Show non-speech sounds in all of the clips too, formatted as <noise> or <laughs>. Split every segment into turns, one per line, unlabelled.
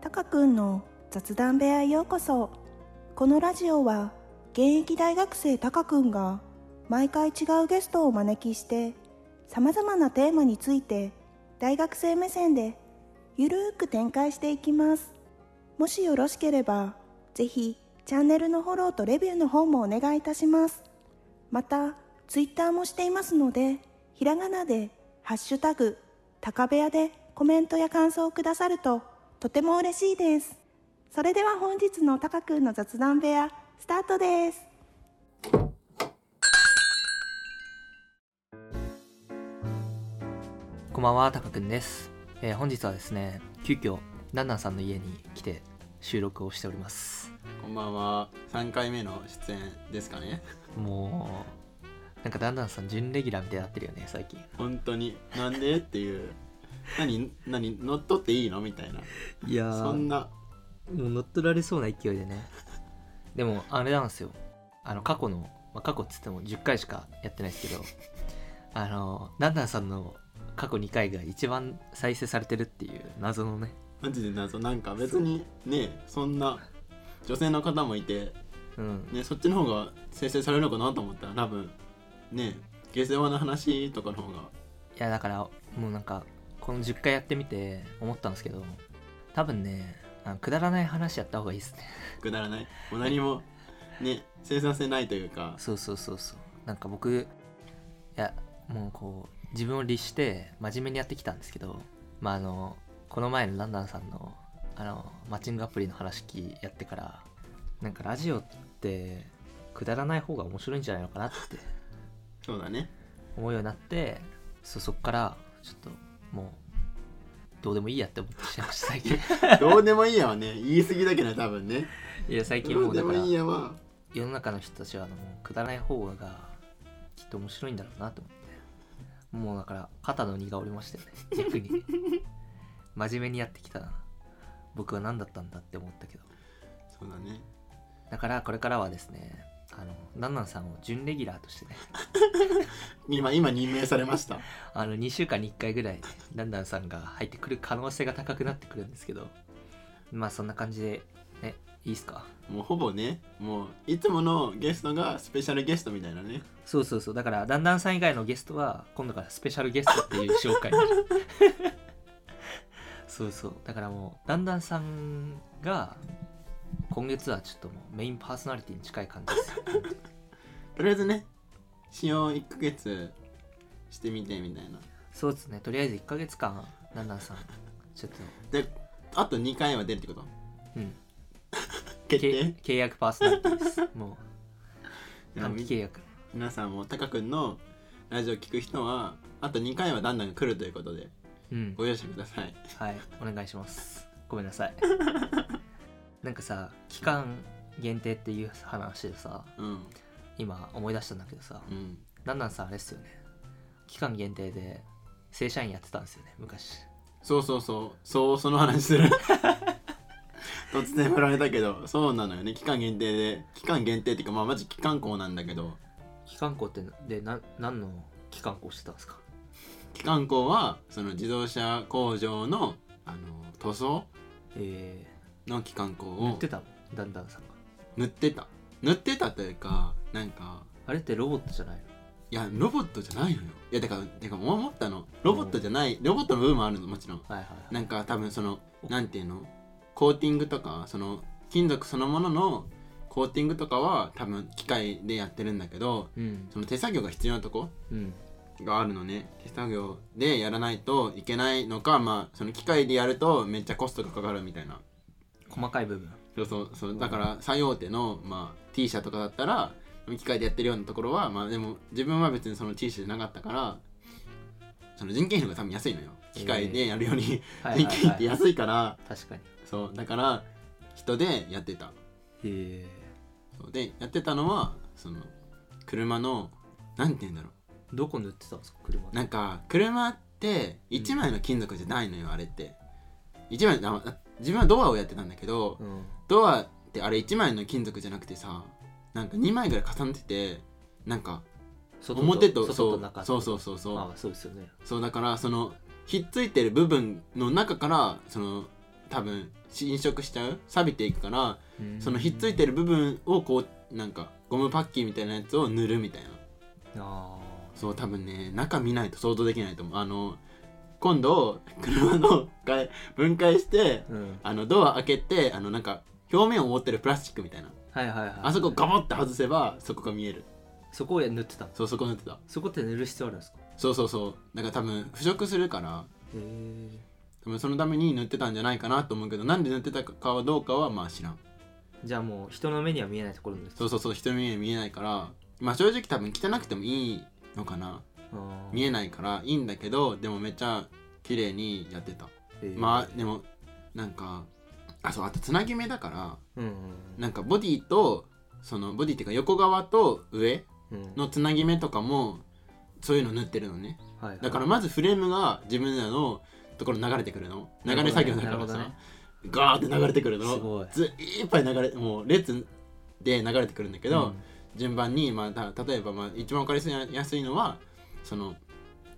たかくんの雑談部屋へようこそこのラジオは現役大学生たかくんが毎回違うゲストをお招きしてさまざまなテーマについて大学生目線でゆるーく展開していきますもしよろしければぜひチャンネルのフォローとレビューの方もお願いいたしますまたツイッターもしていますのでひらがなで「ハッシュタグ高部屋」でコメントや感想をくださるととても嬉しいですそれでは本日のたかくんの雑談部屋スタートです
こんばんは、たかくんです、えー本日はですね、急遽、なんなんさんの家に来て収録をしております。
こんばんは。3回目の出演ですかね。
もう、なんかだんだんさん、準レギュラーみたいになってるよね、最近。
本当に。なんでっていう。何何乗っ取っていいのみたいな。
いや
そ
も
んな。
う乗っ取られそうな勢いでね。でも、あれなんですよ。あの、過去の、まあ、過去っつっても10回しかやってないですけど、あの、なんなんさんの過去2回が一番再生されてるっていう謎のね、
マジで謎。なんか別にね、そんな女性の方もいて、
うん、
ね、そっちの方が生成されるのかなと思ったら多分、ね、下世話な話とかの方が。
いやだからもうなんかこの10回やってみて思ったんですけど多分ねあのくだらない話やった方がいいですね
くだらないもう何もね生産性ないというか
そうそうそうそうなんか僕いやもうこう自分を律して真面目にやってきたんですけどまああのこの前のランダンさんのあのマッチングアプリの話聞やってからなんかラジオってくだらない方が面白いんじゃないのかなって
そうだね
思うようになってそうそっからちょっともうどうでもいいやって思ってしまいました最近
どうでもいいやはね言い過ぎだけど多分ね
いや最近
ど
も
う
う
で
だか
も
ら
いいやは
世の中の人たちはあのくだらない方がきっと面白いんだろうなと思ってもうだから肩の荷が下りましたよね逆
<laughs>
に真面目にやってきたな僕は何だったんだって思ったけど
そうだね
だからこれからはですねあのなんなんさんを準レギュラーとしてね
今今任命されました
あの2週間に1回ぐらいなんなんさんが入ってくる可能性が高くなってくるんですけどまあそんな感じでねいいっすか
もうほぼねもういつものゲストがスペシャルゲストみたいなね
そうそうそうだからだんだんさん以外のゲストは今度からスペシャルゲストっていう紹
<laughs>
介になるそうそうだからもうだんだんさんが今月はちょっともうメインパーソナリティに近い感じです
<laughs>
よ
とりあえずね使用1ヶ月してみてみたいな
そうですねとりあえず1ヶ月間だんだんさんちょっと
であと2回は出るってこと
うんけ
決定
契約パーソナリティですもう
い
短
やみ
期契約
皆さんもタカ君のラジオ聞く人はあと2回はだんだん来るということで
うん
ご容赦ください
はいお願いしますごめんなさいなんかさ期間限定っていう話でさ
うん
今思い出したんだけどさ、
うん
なんなんさんあれっすよね期間限定で正社員やってたんですよね昔
そうそうそうそうその話する <laughs> 突然振られたけどそうなのよね期間限定で期間限定っていうかまあマジ期間校なんだけど
期間校ってでな何の期間校してたんですか
機関工はその自動車工場のあの塗装
え
の機関工
ー、塗
を
ってたもんだんだんさんが
塗ってた塗ってたというかなんか
あれってロボットじゃないの
いやロボットじゃないのよいやだからだから思ったのロボットじゃないロボットの部分もあるのもちろん
はいはい
なんか多分そのなんていうのコーティングとかその金属そのもののコーティングとかは多分機械でやってるんだけど
うん
その手作業が必要なとこ
うん
があるのね手作業でやらないといけないのかまあその機械でやるとめっちゃコストがかかるみたいな
細かい部分
そうそうそうだから最大手の、まあ、T 社とかだったら機械でやってるようなところはまあでも自分は別にその T 社じゃなかったからその人件費が多分安いのよ機械でやるより、
はいはい、
人件費って
はい、
安いから
確かに
そうだから人でやってた
え
そうでやってたのはその車のなんて言うんだろう
ー、どこ塗ってたんですか車
なんか車って1枚の金属じゃないのよ、あれって1枚ああ自分はドアをやってたんだけど、
うん
ドアってあれ1枚の金属じゃなくてさなんか2枚ぐらい重ねててなんか
外
表と
外
そ
と
う
中
そうそううそうそう、
まあそうですよね
そうだからそのひっついてる部分の中からその多分侵食しちゃう錆びていくから
うん
そのひっついてる部分をこうなんかゴムパッキンみたいなやつを塗るみたいな
あ
そう多分ね中見ないと想像できないと思うあの今度車のが分解して
ーうん
あのドア開けてあのなんか表面を覆ってるプラスチックみたいな
はいはいはい
あそこガボッて外せばそこが見える
そこを塗ってたの
そうそこ塗ってた
そこって塗る必要あるんですか
そうそうそうだから多分腐食するから
へえ
多分そのために塗ってたんじゃないかなと思うけどなんで塗ってたかはどうかはまあ知らん
じゃあもう人の目には見えないところに塗って
そうそうそう人の目には見えないからまあ正直多分汚くてもいいのかな見え
な
ないからいいんだけどでもめっちゃ綺麗にやってた
い
まあでもなんかあそうあとつなぎ目だから
うんうん
なんかボディとそのボディっていうか横側と上
うんうん
のつなぎ目とかもそういうの塗ってるのね
はいはい
だからまずフレームが自分らのところに流れてくるの流れ作業だか
なるほど
らさ、
ねなる
ガーって流れてくるの
すごい
ずいっぱい流れもう列で流れてくるんだけ
け
ど、順番に、まあ、た例えば、まあ、一番分かりやすいのはその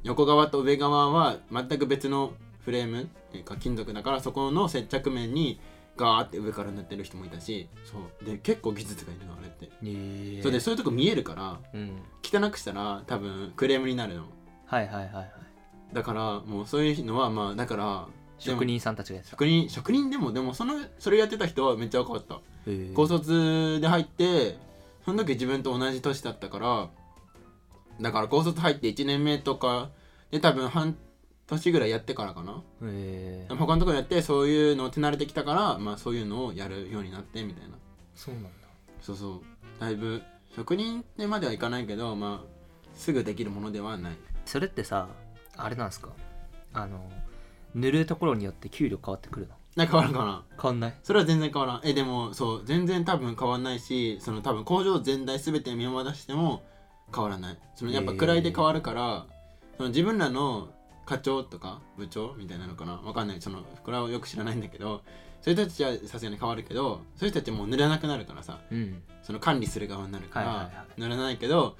横側と上側は全く別のフレームっていうか金属だからそこの接着面にガーって上から塗ってる人もいたしそうで結構技術がいるのあれって、
え
それでそういうとこ見えるから
うん
汚くしたら多分クレームになるの
はいはいはいはい
だからもうそういうのはまあだからでも
職人さんたちがやってた
職人職人でもでもそのそれやってた人はめっちゃ分かった
へー
高卒で入ってその時自分と同じ年だったからだから高卒入って1年目とかで多分半年ぐらいやってからかな
へー
他のところやってそういうのを手慣れてきたから、まあ、そういうのをやるようになってみたいな
そうなんだ
そうそうだいぶ職人ってまではいかないけど、まあ、すぐできるものではない
それってさあれなんですかあの塗るところによって給料変わってくるの
なんか変わるかな
変わんない
それは全然変わらんえでもそう全然多分変わんないしその多分工場全体全て見渡しても変わらないそのやっぱ
へー
位で変わるから、その自分らの課長とか部長みたいなのかなわかんないそのこれはよく知らないんだけどそういう人たちはさすがに変わるけどそういう人たちもう塗らなくなるからさ
うん
その管理する側になるから、
はいはいはい
塗らないけど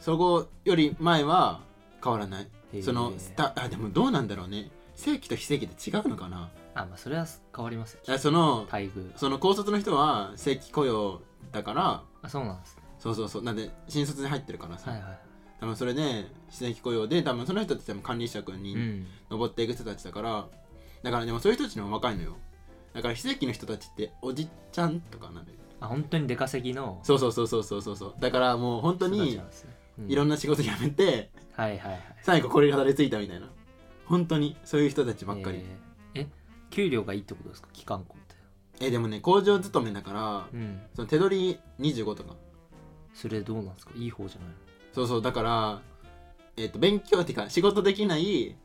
そこより前は変わらない
へー
そのスタあでもどうなんだろうね正規と非正規って違うのかな
あまあそれは変わりますよ
あその
待遇
その高卒の人は正規雇用だから
あそうなんですね
そうそうそうなんで新卒に入ってるからさ、
はいはい
多分それで非正規雇用で多分その人たちも管理職
う
に
ん
上っていく人たちだから、だからでもそういう人たちの方が若いのよだから非正規の人たちっておじちゃんとかなる
あ本当に出稼ぎの
そうそうそうそうそうそうそうだからもう本当
人たち
に
なんですねうん
いろんな仕事辞めて、
はいはいはい
最後これにたどり着いたみたいな本当にそういう人たちばっかり
えーえ給料がいいってことですか期間工って
えでもね工場勤めだから
うん
その手取り25とか
それどうなんですかいい方じゃないの
そうそうだから、えっと勉強っていうか仕事できない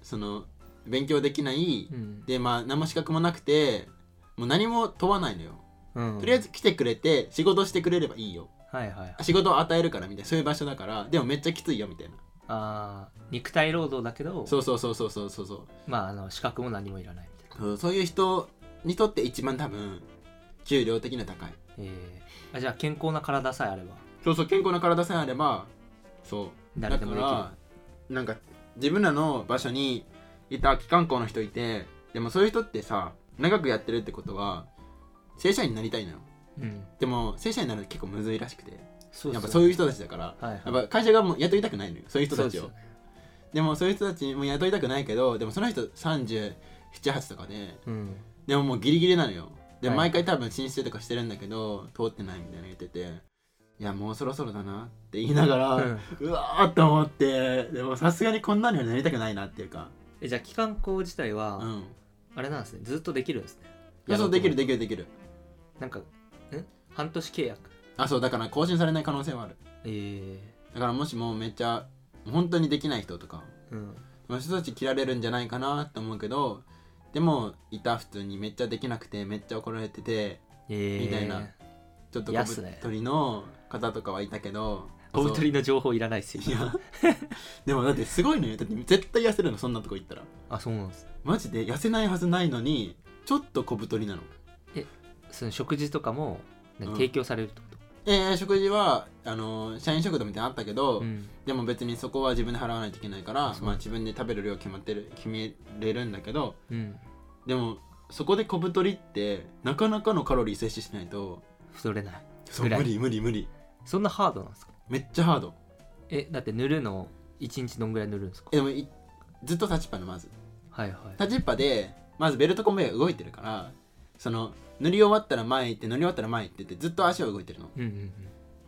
その勉強できない、
うん
でまあ何も資格もなくてもう何も問わないのよ、
うん
とりあえず来てくれて仕事してくれればいいよ
はいはいはい
仕事を与えるからみたいなそういう場所だからでもめっちゃきついよみたいな
あー肉体労働だけど
そうそうそうそうそうそうそう
まああの資格も何もいらないみたいな
そうそういう人にとって一番多分給料的には高い
えーあじゃあ健康な体さえあれば
そうそう健康な体さえあればそう
誰でもできる
だからなんか自分らの場所にいた機関校の人いてでもそういう人ってさ長くやってるってことは正社員になりたいのよ
うん
でも正社員になるの結構むずいらしくて
そう
やっぱそういう
う
人たちだから
はいはい
やっぱ会社がもう雇いたくないのよそういう人たち
そ
を
うですよね
でもそういう人たちも雇いたくないけどでもその人378とかで
うん
でももうギリギリなのよで、
はい
毎回多分申請とかしてるんだけど通ってないみたいなの言ってていやもうそろそろだなって言いながら、
うん
うわーって思ってでもさすがにこんなにはなりたくないなっていうか
えじゃあ期間工自体は、
うん
あれなんですねずっとできるんですね
いやそうできる
で
できるできる
なんかん半年契約
あそうだから更新されない可能性はある
えー、
だからもしもうめっちゃ本当にできない人とか
うん
その人たち切られるんじゃないかなと思うけどでもいた普通にめっちゃできなくてめっちゃ怒られてて
えー、
みたいなちょっと
や
小
っすね
太りの方とかはいたけど
小太りの情報いらないですよ
いや <laughs> でもだってすごいのよだって絶対痩せるのそんなとこ行ったら
あそうなんですね
マジで痩せないはずないのにちょっと小太りなの
その食事とかも、ね
うん
提供されるってこ
えー、食事はあのー社員食堂みたいなのあったけ
と、
ど、
うん
でも別にそこは自分で払わないといけないから
そう
まあ、自分で食べる量決まってる決めれるんだけど
うん
でもそこで小太りってなかなかのカロリー摂取しないと
太れない
そう
ぐらい
無理無理無理
そんなハードなんですか
めっちゃハード
えだって塗るの1日どんぐらい塗るんですか
えでもいずっと立ちっぱのまず
はいはい
立ちっぱでまずベルトコンベヤーが動いてるからその塗り終わったら前行って塗り終わったら前行ってってずっと足は動いてるの
うんうんうん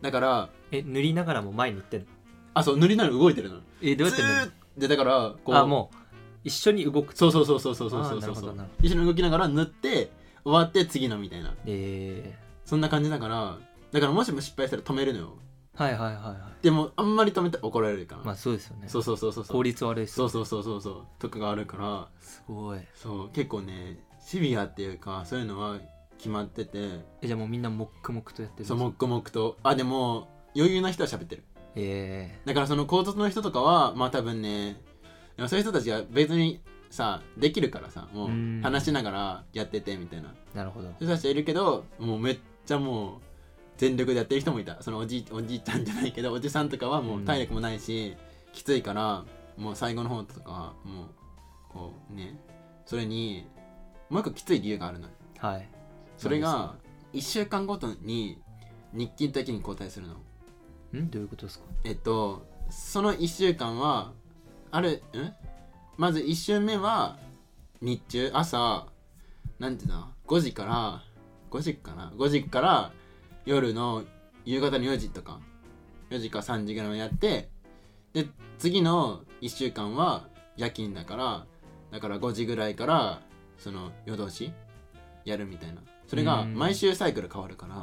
だから
え塗りながらも前に行ってんの
あそう塗りながら動いてるの
えどうやって塗る
ずーでだからこう
のあもう一緒に動く
そうそうそうそうそうそう
あ
そ
ー
う
な
そ
る
う
ほどなるほ
一緒に動きながら塗って終わって次のみたいな
え
そんな感じだからだからもしも失敗したら止めるのよ
ー、はいはいはいは
でもあんまり止めて怒られるから、
いまあそうですよね
そうそうそうそうそ
効
う
率悪いです
そうそうそうそうそうとかがあるから
すごい
そう結構ねシビアっていうかそういうのは決まってて
えじゃあもうみんな黙々とやってる
そう黙々とあでも余裕な人は喋ってる
え
だからその高卒の人とかはまあ多分ねでもそういう人たちが別にさできるからさも
うん
う話しながらやっててみたいな
ー、なるほど
そういう人たちはいるけどもうめっちゃもう全力でやってる人もいたそのおじいおじいちゃんじゃないけどおじさんとかはもう体力もないし、きついからもう最後の方とかはもうこうねそれにもう一個きつい理由があるの
はい
それ
何
が1週間ごとに日勤的に交代するの
んどういうことですか
えっとその1週間はあるんまず1週目は日中朝なんていうの5時から5時かな5時から夜の夕方の4時とか4時か3時ぐらいまでやってで次の1週間は夜勤だからだから5時ぐらいからその夜通しやるみたいなそれが
うん
毎週サイクル変わるから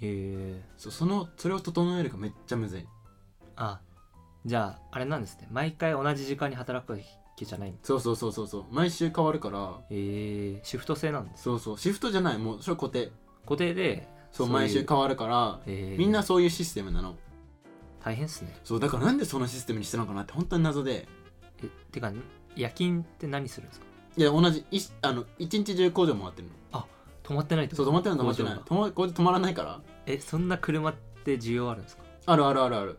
へえ
そそのそれを整えるがめっちゃむずい
ー、あじゃああれなんですね毎回同じ時間に働くわけじゃないんだ
そうそうそうそうそう毎週変わるから
えー、シフト制なんです
そうそうシフトじゃないもうそれ固定
固定で
そ
そう
う
いう
毎週変わるから
えー
みんなそういうシステムなの
大変っすね
そうだからなんでそのシステムにしたのかなって本当に謎で
えてか夜勤って何するんですか
いや同じいしあの一日中工場回ってるの
止まってないって
そ
こと
う止まってるの止まってない
工場が
止ま工場止まらないから
えそんな車って需要あるんですか
あるあるあるある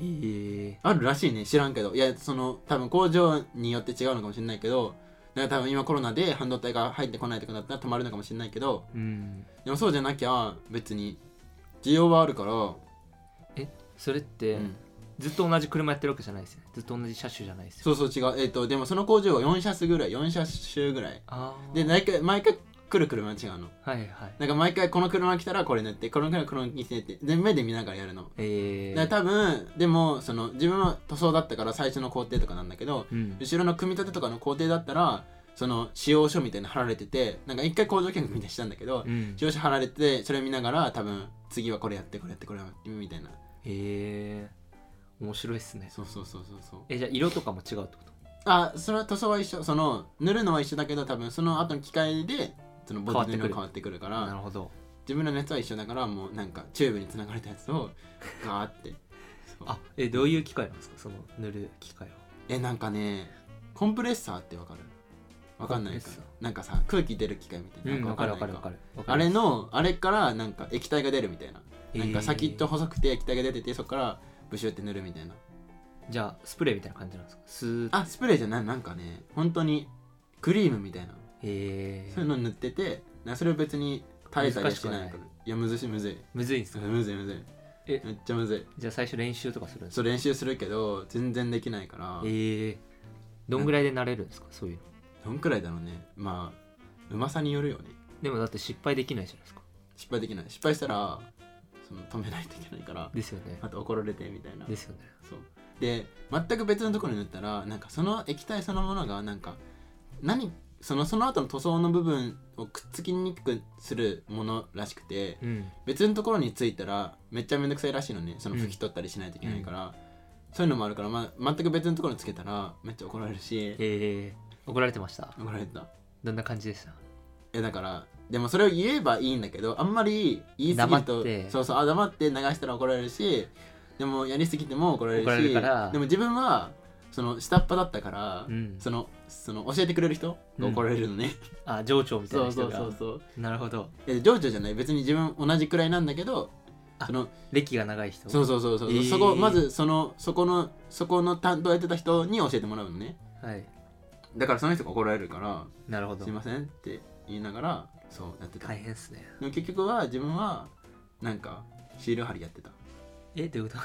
えー、
あるらしいね知らんけどいやその多分工場によって違うのかもしれないけどだから多分今コロナで半導体が入ってこないとかだったら止まるのかもしれないけど
うん
でもそうじゃなきゃ別に需要はあるから、
それって、
うん
ずっと同じ車やってるわけじゃないですよねずっと同じ車種じゃないですよね
そうそう違うえっ、とでもその工場は4車種ぐらい4車種ぐらい
ああ
で毎回毎回来る車は違うの
はいはい
なんか毎回この車来たらこれ塗ってこの車このに塗って全目で見ながらやるの
えー、
だから多分でもその自分は塗装だったから最初の工程とかなんだけど
うん、
後ろの組み立てとかの工程だったらその使用書みたいなの貼られててなんか一回工場見学みたいにしたんだけど
うん
使用書貼られててそれ見ながら多分次はこれやってこれやってこれやってみたいな
へえ面白いっすね
そうそうそうそうそう
えじゃあ色とかも違うってこと
あそれは塗装は一緒その塗るのは一緒だけど多分その後の機械でそのボディの色が変わってくるから
なるほど
自分のやつは一緒だからもうなんかチューブに繋がれたやつをガーってそう
あえどういう機械なんですかその塗る機械は
えなんかねコンプレッサーってわかるわかんない
コ
か
ンプレッサ
なんかさ空気出る機械みたいな,、
うん
な
わ
ん
か
か
る
わ
わ
か
か
ん
る
ない
わ
か
かる
あれのあれからなんか液体が出るみたいな、なんか先っと細くて液体が出ててそこからブシュって塗るみたいな
じゃあスプレーみたいな感じなんですかスーッ
あスプレーじゃないなんかね本当にクリームみたいな
へえ
そういうの塗っててなそれを別に耐えたりはしない
難し
か
く
ら
ない
やむずいしむずい
むずいんす
うん
か
むずいむずい
え
めっちゃむずい
じゃあ最初練習とかするんです
そう練習するけど全然できないから
かへえどんぐらいで慣れるんですかそういうの
どんくらいだろうねまあうまさによるよね
でもだって失敗できないじゃないですか
失敗できない失敗したらその止めないといけないから
ですよね
また怒られてみたいな
ですよね
そうで全く別のところに塗ったらなんかその液体そのものがなんか何そのその後の塗装の部分をくっつきにくくするものらしくて
うん
別のところについたらめっちゃめんどくさいらしいのねその
うん
拭き取ったりしないといけないから、そういうのもあるから、まあ、全く別のところにつけたらめっちゃ怒られるし
へえ怒られてました
怒られた
どんな感じでした
えだからでもそれを言えばいいんだけどあんまり言い過ぎ
黙
ると
って
そうそうあ黙って流したら怒られるしでもやりすぎても怒られるし
怒られるから
でも自分はその下っ端だったから、
うん
そのその教えてくれる人が怒られるのね、
あ上長みたい
そ
な
うそ
人
う
が
そうそう
なるほど
え情緒じゃない別に自分同じくらいなんだけど
あ
その
歴が長い人
そうそうそうそう、
えー
そこまずそのそこのそこの担当やってた人に教えてもらうのね
はい
だからその人が怒られるから
なるほ
「
ど
すいません」って言いながらそうやってた、
大変っすね
でも結局は自分はなんかシール貼りやってた
えどういうこ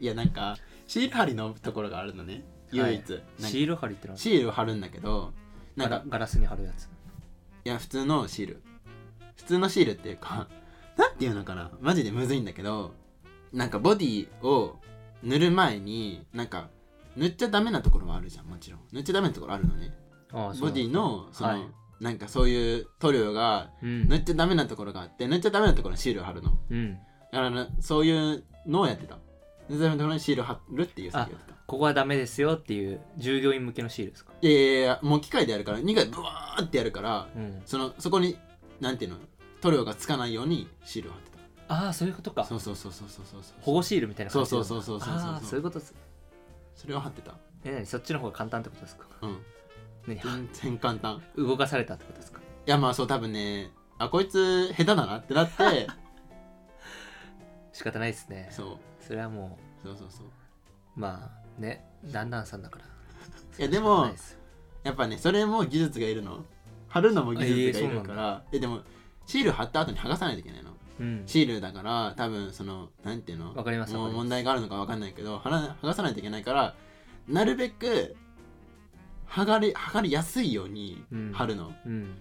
いやなんかシール貼りのところがあるのね唯一、
と
なんか
シール貼りってのは
シールを貼るんだけどな
ガ
ん
ラ
か
ガラスに貼るやつ
いや普通のシール普通のシールっていうか <laughs> なんていうのかなマジでむずいんだけどなんかボディを塗る前になんか塗っちゃダメなところはあるじゃんもちろん塗っちゃダメなところあるのね
ああそう
ボ
なん
デ
だ
ィのその、
はい
なんかそういう塗料が
うん
塗っちゃダメなところがあって塗っちゃダメなところにシールを貼るの
うん
だからねそういうのをやってた塗っちゃダメなところにシールを貼るっていう作業やってた
ここはダメですよっていう従業員向けのシールですか
いやいやいやもう機械でやるから2回ブワーってやるから
うん
そのそこになんていうの塗料がつかないようにシールを貼ってた
ああそういうことか
そうそうそうそうそうそうそう
保護シールみたいな感じなんだ
そうそうそうそうそうそう
ああそういうことっす
それを貼ってた
え何そっちの方が簡単ってことですか
うん
何
全然簡単
動かされたってことですか
いやまあそう多分ねあこいつ下手だなってなって <laughs>
仕方ないですね
そう
それはも
そうそうそう
うまあねだんだんさんだから
いやで
仕方な
も
いっす
やっぱねそれも技術がいるの貼るのも技術がいるから、えでもシール貼った後に剥がさないといけないの
うん
シールだから多分そのなんていうの
わかりますわ
も
かりま
う
す
問題があるのかわかんないけど剥が剥がさないといけないからなるべく剥がれ剥がれやすいように
うん
貼るの、
うん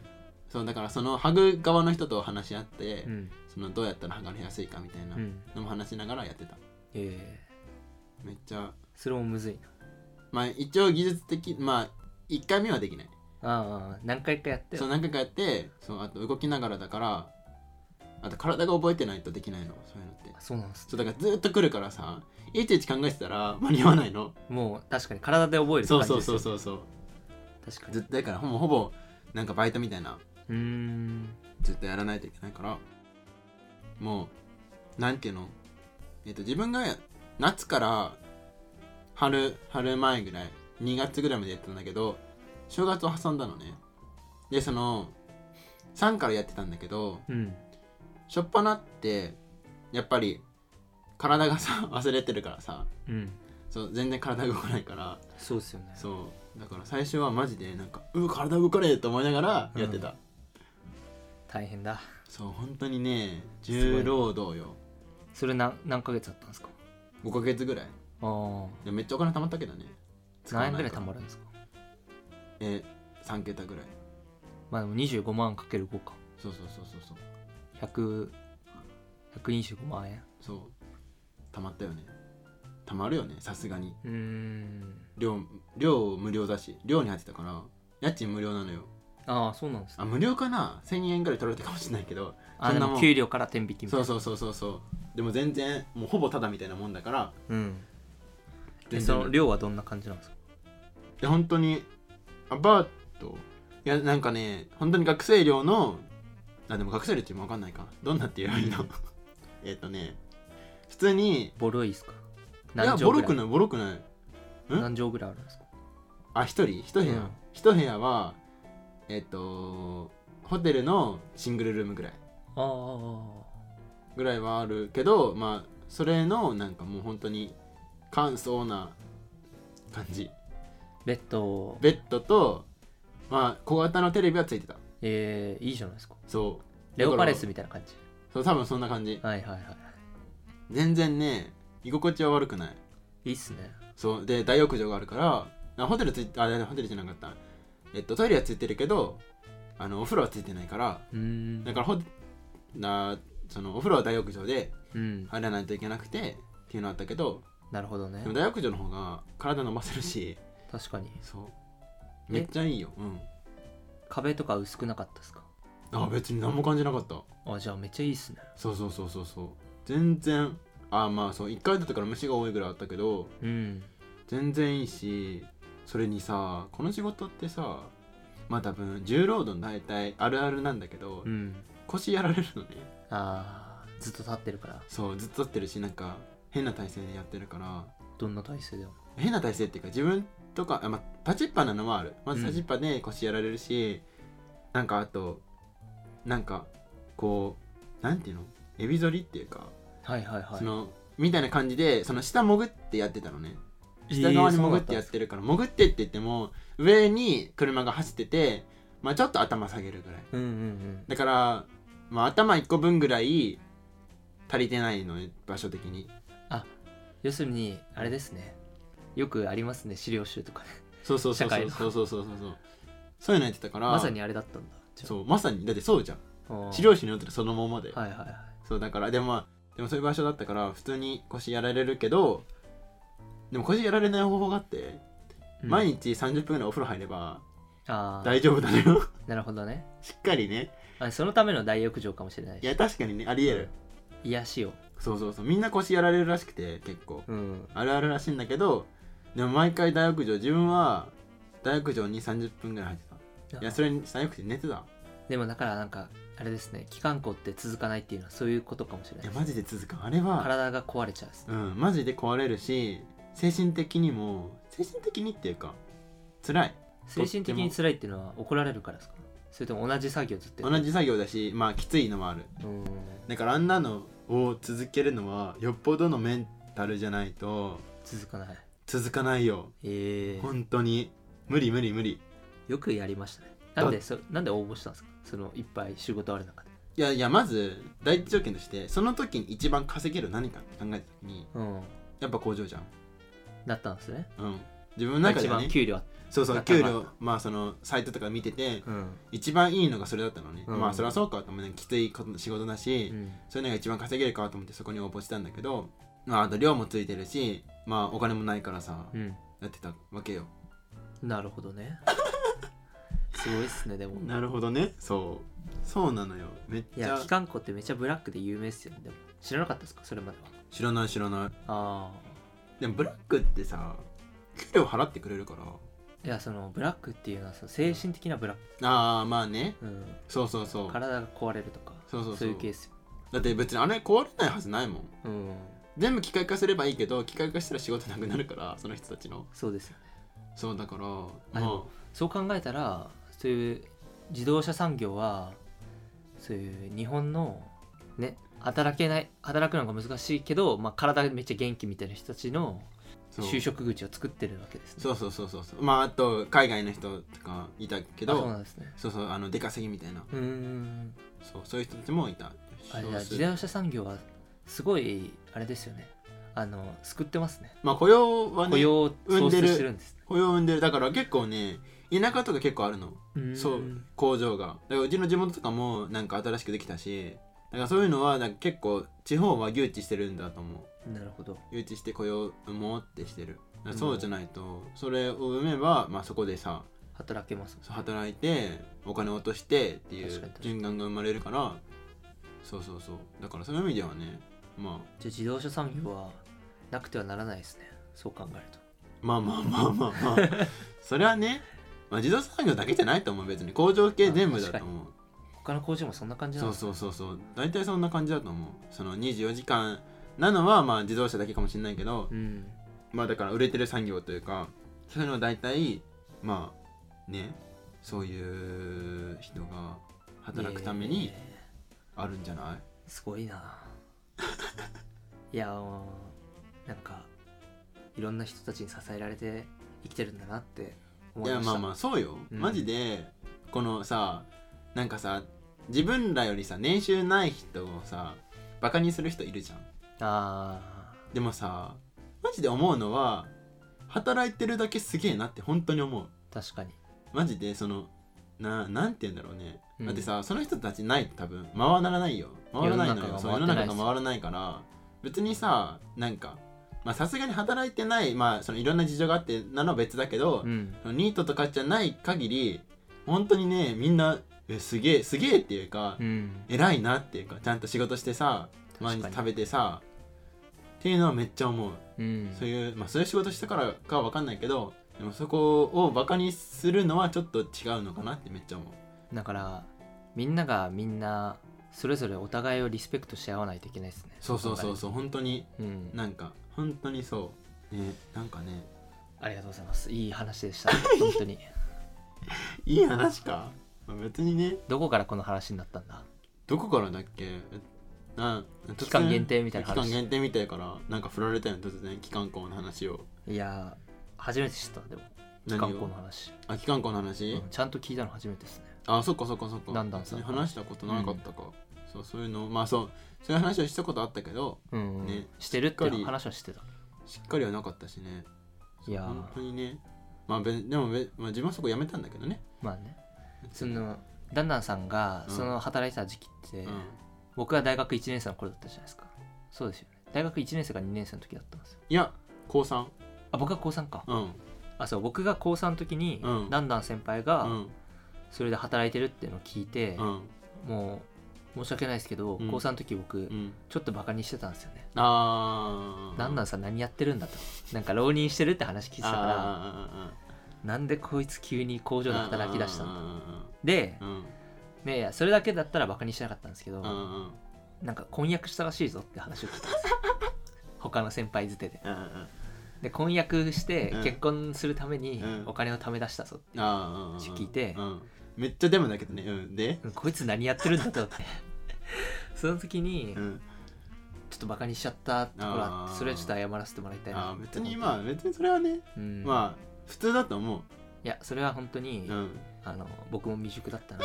そうだからその剥ぐ側の人と話し合って、
うん
そのどうやったら剥がれやすいかみたいな
うん
のも話しながらやってた
ええ
めっちゃ
それもむずい
まあ一応技術的まあ1回目はできない
なああ何回かやって
そう何回かやってそうあと動きながらだからあと体が覚えてないとできないのそういうのって
あそうなんです
そうだからずっと来るからさいちいち考えてたら間に合わないの
もう確かに体で覚える
そ
感
う
じです
そ
よ
うそうそうそう
確かに
ずっとだからほぼほぼなんかバイトみたいな
うーん
ずっとやらないといけないからもうなんていうのえっと自分が夏から春春前ぐらい2月ぐらいまでやってたんだけど正月を挟んだのねでその3からやってたんだけど
うん
しょっぱなってやっぱり体がさ忘れてるからさ
うん
そう全然体が動かないから
そうですよね
そうだから最初はマジでなんか「うわ体動かれ!」と思いながらやってた、
大変だ
そう本当にね
ごいね
重労働よ
それ何何ヶ月あったんですか
5ヶ月ぐらい
ああ
でめっちゃお金貯まったけどね
何円ぐらい貯
た
まるんですか
え3桁ぐらい
まあでも25万かける5か
そうそうそうそうそう
100 125万円
そう貯まったよね貯まるよねさすがに
うーん
寮寮無料だし寮に入ってたから家賃無料なのよ
ああそうなんですね
あ無料かな1000円ぐらい取られたかもしれないけど
あ
そん
で
なも
も
ん
給料から天引きみたい
そう
な
そうそうそうそうでも全然もうほぼタダみたいなもんだから
うんで
全
そ
然
の量はどんな感じなんですか
で本当にアパートいやなんかね本当に学生寮のあでも学生寮っていうのも分かんないかどんなって言えばいいの <laughs> えっとね普通に
ボロいですか
いや
何
ボ
畳
ロ
ぐ
く
ら
ないいボロくないん
何畳ぐらいあるんですか
あ一人一部
う
屋
ん
一、部屋はえっとホテルのシングルルームぐらい
ああ
ぐらいはあるけどまあそれのなんかもう本当に簡素な感じ
ベッド
ベッドとまあ小型のテレビはついてた
えー、いいじゃないですか
そう
レオパレス
だか
みたいな感じ
らそう多分そんな感じ
はいはいは
全然ね居心地は悪くない
いいいっすね
そうで大浴場があるからあホテルついあいやホテルじゃなかったえっとトイレはついてるけどあのお風呂はついてないから
うーん
だからほなそのお風呂は大浴場で
うん
入らないといけなくてっていうのあったけど
なるほどね
でも大浴場の方が体伸ばせるし
確かに
そう
え
めっちゃいいようん
壁とか薄くなかったですか
あ別に何も感じなかった
あじゃあめっちゃいいっすね
そうそうそうそうそう全然あまあそう1回だったから虫が多いぐらいあったけど
うん
全然いいしそれにさこの仕事ってさまあ多分重労働の大体あるあるなんだけど、
うん
腰やられるのね
あーずっと立ってるから
そうずっと立ってるしなんか変な体勢でやってるから
どんな体勢でも
変な体勢っていうか自分とかあ、まあ、立ちっぱなのもあるまず立ちっぱで腰やられるし、なんかあとなんかこうなんていうのエビ反りっていうか、
はいはいはい
そのみたいな感じでその下潜ってやってたのね
えー
下側に
そう
潜
だ
って
たん
や
で
っ
す
てるから、潜ってって言っても上に車が走っててまあちょっと頭下げるぐらい
うんうんうん
だから、まあ、頭1個分ぐらい足りてないのね場所的に
要するにあれですねよくありますね資料集とかね
そうそうそう
社会の
そうそうそうそうそうそうそういうのやってたから
まさにあれだったんだ
そうまさにだってそうじゃん
う
治療師によってそのままで、
はいはいはい
そうだからでもまあでもそういう場所だったから普通に腰やられるけどでも腰やられない方法があって、
うん
毎日30分ぐらいお風呂入れば
ああ
大丈夫だよ <laughs>
なるほどね
しっかりね
あそのための大浴場かもしれない
い
し
や確かにねありえる、
癒しを
そうそうそうみんな腰やられるらしくて結構
うん
あるあるらしいんだけどでも毎回大浴場自分は大浴場に30分ぐらい入ってたいやそれに大浴場で寝てた
でもだからなんかあれですね気管孔って続かないっていうのはそういうことかもしれない
いや
です
マジで続くあれは
体が壊れちゃうですね
うん、マジで壊れるし精神的にも精神的にっていうか辛い
精神的に辛いっていうのは怒られるからですかそれとも同じ作業ずっとや
同
って
じ作業だしまあきついのもある
るうん
だからあんなのを続けるのはよっぽどのメンタルじゃないと
続かない
続かないよ
ええ
本当に無理無理無理
よくやりましたねなんでそなんで応募したんですかそのいっぱい仕事ある中で
いやいやまず第一条件としてその時に一番稼げる何かって考えた時に
うん
やっぱ工場じゃん
だったんですね
うん自分の中で
一
は
番
ね
給料あっ
そうそう
高かっ
給
た
料まあそのサイトとか見てて
うん
一番いいのがそれだったのね、
うん
まあそりゃそうかと思うねきついこと仕事だし、
うん
そういうのが一番稼げるかと思ってそこに応募したんだけど、まあ、あと量もついてるし、まあ、お金もないからさ、
うん
やってたわけよ
なるほど
<laughs>
ねすごいっすねでも
なるほどねそうそうなのよめっ
い
ち
や
ゃ
機関庫ってめちゃブラックで有名っすよねでも知らなかったですかそれまでは
知らない知らない
あ
でもブラックってさ給料払ってくれるから
あいやそのブラックっていうのはその精神的なブラック、
ああまあね
うん、
そうそうそう
体が壊れるとか
そうそうそう
いうケースよ
だって別にあれ壊れないはずないもん
うん
全部機械化すればいいけど機械化したら仕事なくなるからその人たちの
そうですよ
そうだから
あでも
ま
そう考えたらそういう自動車産業はそういう日本のね働けない働くのが難しいけど、まあ、体めっちゃ元気みたいな人たちの
あそう
就職口を作ってるわけですね
そうそうそうそうそうまああと海外の人とかいたけ
あそう
ど
なんですね
そうそうあの出稼ぎみたいな
うーん
そうそういう人たちもいた
あれだ
少数
自動車産業はすごいあれですよねあの救ってますね
まあ雇用はね
雇
雇用
用を創出してるんです、
を生んでるだから結構ね田舎とか結構あるの
ん
そう工場がだからうちの地元とかもなんか新しくできたしだからそういうのはなんか結構地方は誘致してるんだと思う
なるほど
誘致して雇用を生もうってしてるだからそうじゃないとそれを生めば、まあ、そこでさ
働けます
そう働いてお金を落としてってい
確
う
かに確かに
循環が生まれるからそうそうそうだからそういう意味ではね、まあ、
じゃあ自動車産業はなくてはならないですねそう考えると
まあまあまあま
<laughs>
あまあそれはね、まあ、自動車産業だけじゃないと思う別に工場系全部だと思う
他の工場もそんな感じな
そ
ん
う
ですか
そうそうそう大体そんな感じだと思うその24時間なのはまあ自動車だけかもしれないけど、
うん
まあだから売れてる産業というかそういうのは大体まあねそういう人が働くため
え
に
ー
あるんじゃない、
すごいないやもうなんかいろんな人たちに支えられて生きてるんだなって思
い
いま
や
した
まあまあそうよ、
うん
マジでこのさなんかさ自分らよりさ年収ない人をさバカにする人いるじゃん
あ
でもさマジで思うのは働いてるだけすげえなって本当に思う
ー確かに
マジでそのななんて言うんだろうね、
うん
だってさその人たちないと多分回らないよ回らないのよそ
世の
う世の
中が回ってない
中
っす
が回らないから別にさなんかまあさすがに働いてないまあそのいろんな事情があってなのは別だけど、
うん
そのニートとかじゃない限り本当にねみんなえすげえすげえっていうか、
うん
偉いなっていうかちゃんと仕事してさ毎
確か
日
に
食べてさっていうのはめっちゃ思う、
うん
そういうまあそういう仕事したからかは分かんないけどでもそこをバカにするのはちょっと違うのかなってめっちゃ思う
だからみんながみんなそれぞれお互いをリスペクトし合わないといけないですね
そうそうそうそう本当に
う、うん、
なんか本当にそうねなんかね
ありがとうございますいい話でした本当に <laughs>
いい話か、まあ、別にね
どこからこの話になったんだ
どこからだっけな突然
期間限定みたいな話
期間限定みたいからなんか振られたよね突然期間校の話を
いやー初めて知ったでも
何を
観光の話、
あ期間校の話、
うんちゃんと聞いたの初めてですね
あそっかそっかそっか
だんだんさ
話したことなかったか、そうそういうのまあそうそういう話をしたことあったけど
うんうん、
ね
してるって
しっかり
話はしてた
しっかりはなかったしね
いやー
本当にねまあべでもべ、まあ、自分はそこ辞めたんだけどね
まあねそのダンダンさんが
うん
その働いてた時期って、
うん
僕は大学1年生の頃だったじゃないですかそうですよね大学1年生か2年生の時だったんですよ
いや高3
あ僕が高3か、
うん
あそう僕が高3の時に、
うん
ダンダン先輩
う
が
ん
それで働いてるっていうのを聞いて、
うん
もう申し訳ないですけど、
うん
高3の時僕、
うん
ちょっとバカにしてたんですよね、
ああ
ダンダンさん何やってるんだとなんか浪人してるって話聞いてたから
あ
なんでこいつ急に工
ー
場で働き出したんだ
う
で、
んうん
ね、いやそれだけだったらバカにしてなかったんですけど、
うんうんうん
なんか婚約したらしいぞって話を聞いたんですよ <laughs> 他の先輩づてで
うんうん
で婚約して
うん
結婚するために
うん
お金を貯め出したぞ、
ああ
聞いて
うん、めっちゃデマだけどねうんで
うんこいつ何やってるんだと思って <laughs> その時に
うん
ちょっとバカにしちゃったところあっ
あー
てそれはちょっと謝らせてもらいたいな
ああ別に
と思
ま
っ
あ別にそれはね、
てうん
まあ普通だと思
いやそれは本当に、
う、うん、
あの僕も未熟だ
<laughs>
ったな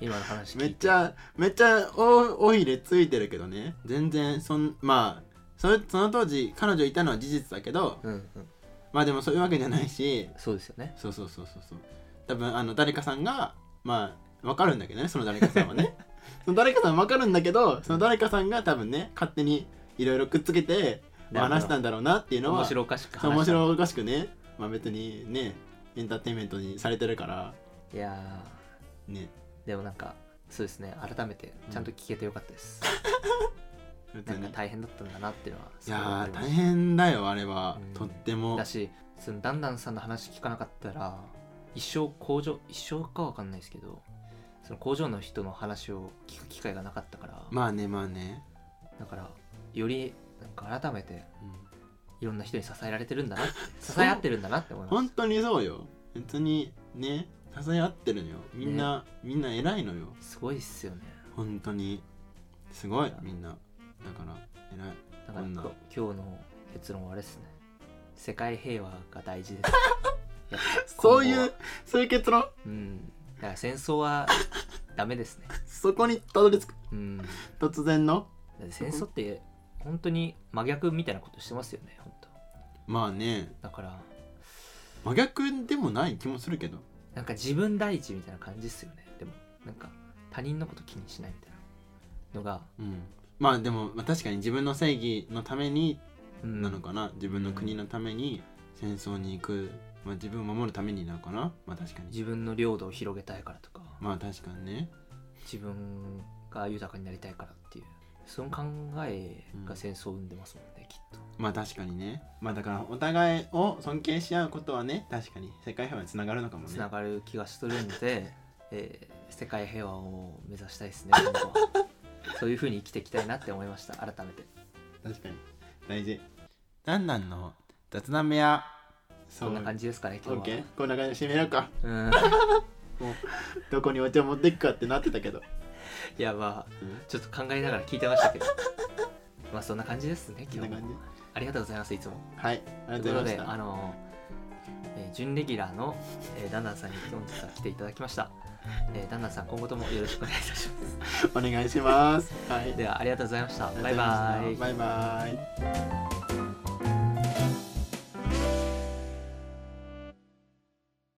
今の話聞いて
めっちゃめっちゃお尾ひれついてるけどね全然そんまあそのその当時彼女いたのは事実だけど
うんうん
まあでもそういうわけじゃないし
そうですよね
そうそうそうそうそう多分あの誰かさんがまあわかるんだけどねその誰かさん
<laughs>
はねその誰かさんはわかるんだけどその誰かさんが多分ね勝手にいろいろくっつけてまあ
なる
話し
ほど
たんだろうなっていうのは
面白おかしく
そう
話
面
した
白おかしくねまあ別にねエンターテインメントにされてるから
いや
ね
ーでもなんかそうですね改めてちゃんと聞けてよかったです、
別に
なんか大変だったんだなっていうのはいすごいわ
や
か
ー
りま
大
し
変だよあれは
うん
とっても
ただしそのダンダンさんの話聞かなかったら一生工場一生かわかんないですけどその工場の人の話を聞く機会がなかったから、
まあねまあね、
だからよりなんか改めて
うん
いろんな人に支えられてるんだなって支え合ってるんだなって思いま
本
し
当にそうよ別にね支え合ってるのよみんな、みんな偉いのよ
たすごいっすよね
本当にすごいみんなだから偉い
だから
こんな
こ今日の結論はあれですね世界平和が大事です
<laughs>
やっぱ
そうい
今後
うそういう結論
はうんだから戦争はダメですね
そこにたどり着く
うん
突然の
だって戦争って本当に真逆みたいなことしてますよね本当
まあね
だから
真逆でもない気もするけど
なんか自分第一みたいな感じっすよねでもなんか他人のこと気にしないみたいなのが、
うんまあでもまあ確かに自分の正義のために
うん
なのかな、自分の国のために戦争に行く、まあ、自分を守るためになのかなまあ確かに
自分の領土を広げたいからとか、
まあ確かにね
自分が豊かになりたいからっていうその考えが戦争を生んでますもんね、きっと
まあ確かにねまあだからお互いを尊敬し合うことはね確かに世界平和につながるのかもね
つながる気がしとるん
<laughs>
で、えー世界平和を目指したいですね今後はそういうふうに生きていきたいなって思いました改めて
確かに大事だんだんの雑談部屋そ
そんな感じですかね
オ
今日
ッケ
は
ーこんな感じで締めようか
うん <laughs>
もうどこにお茶を持っていくかってなってたけど、
いやまあ
うん
ちょっと考えながら聞いてましたけど <laughs> まあそんな感じですね
こん
今
な
日も
感じ
ありがとうございますいつも
はいありがと
とい
うござい
うこと
ま
で
し
あ
た
の、えー準レギュラーの、えー、ダンダンさんに本日は来ていただきました、えー、ダンダンさん今後ともよろしくお願いいたしま
<laughs> お願いしますはい
すではありがとうございましたバイ
あ
バ
り
イ
がとうございましたバイバイ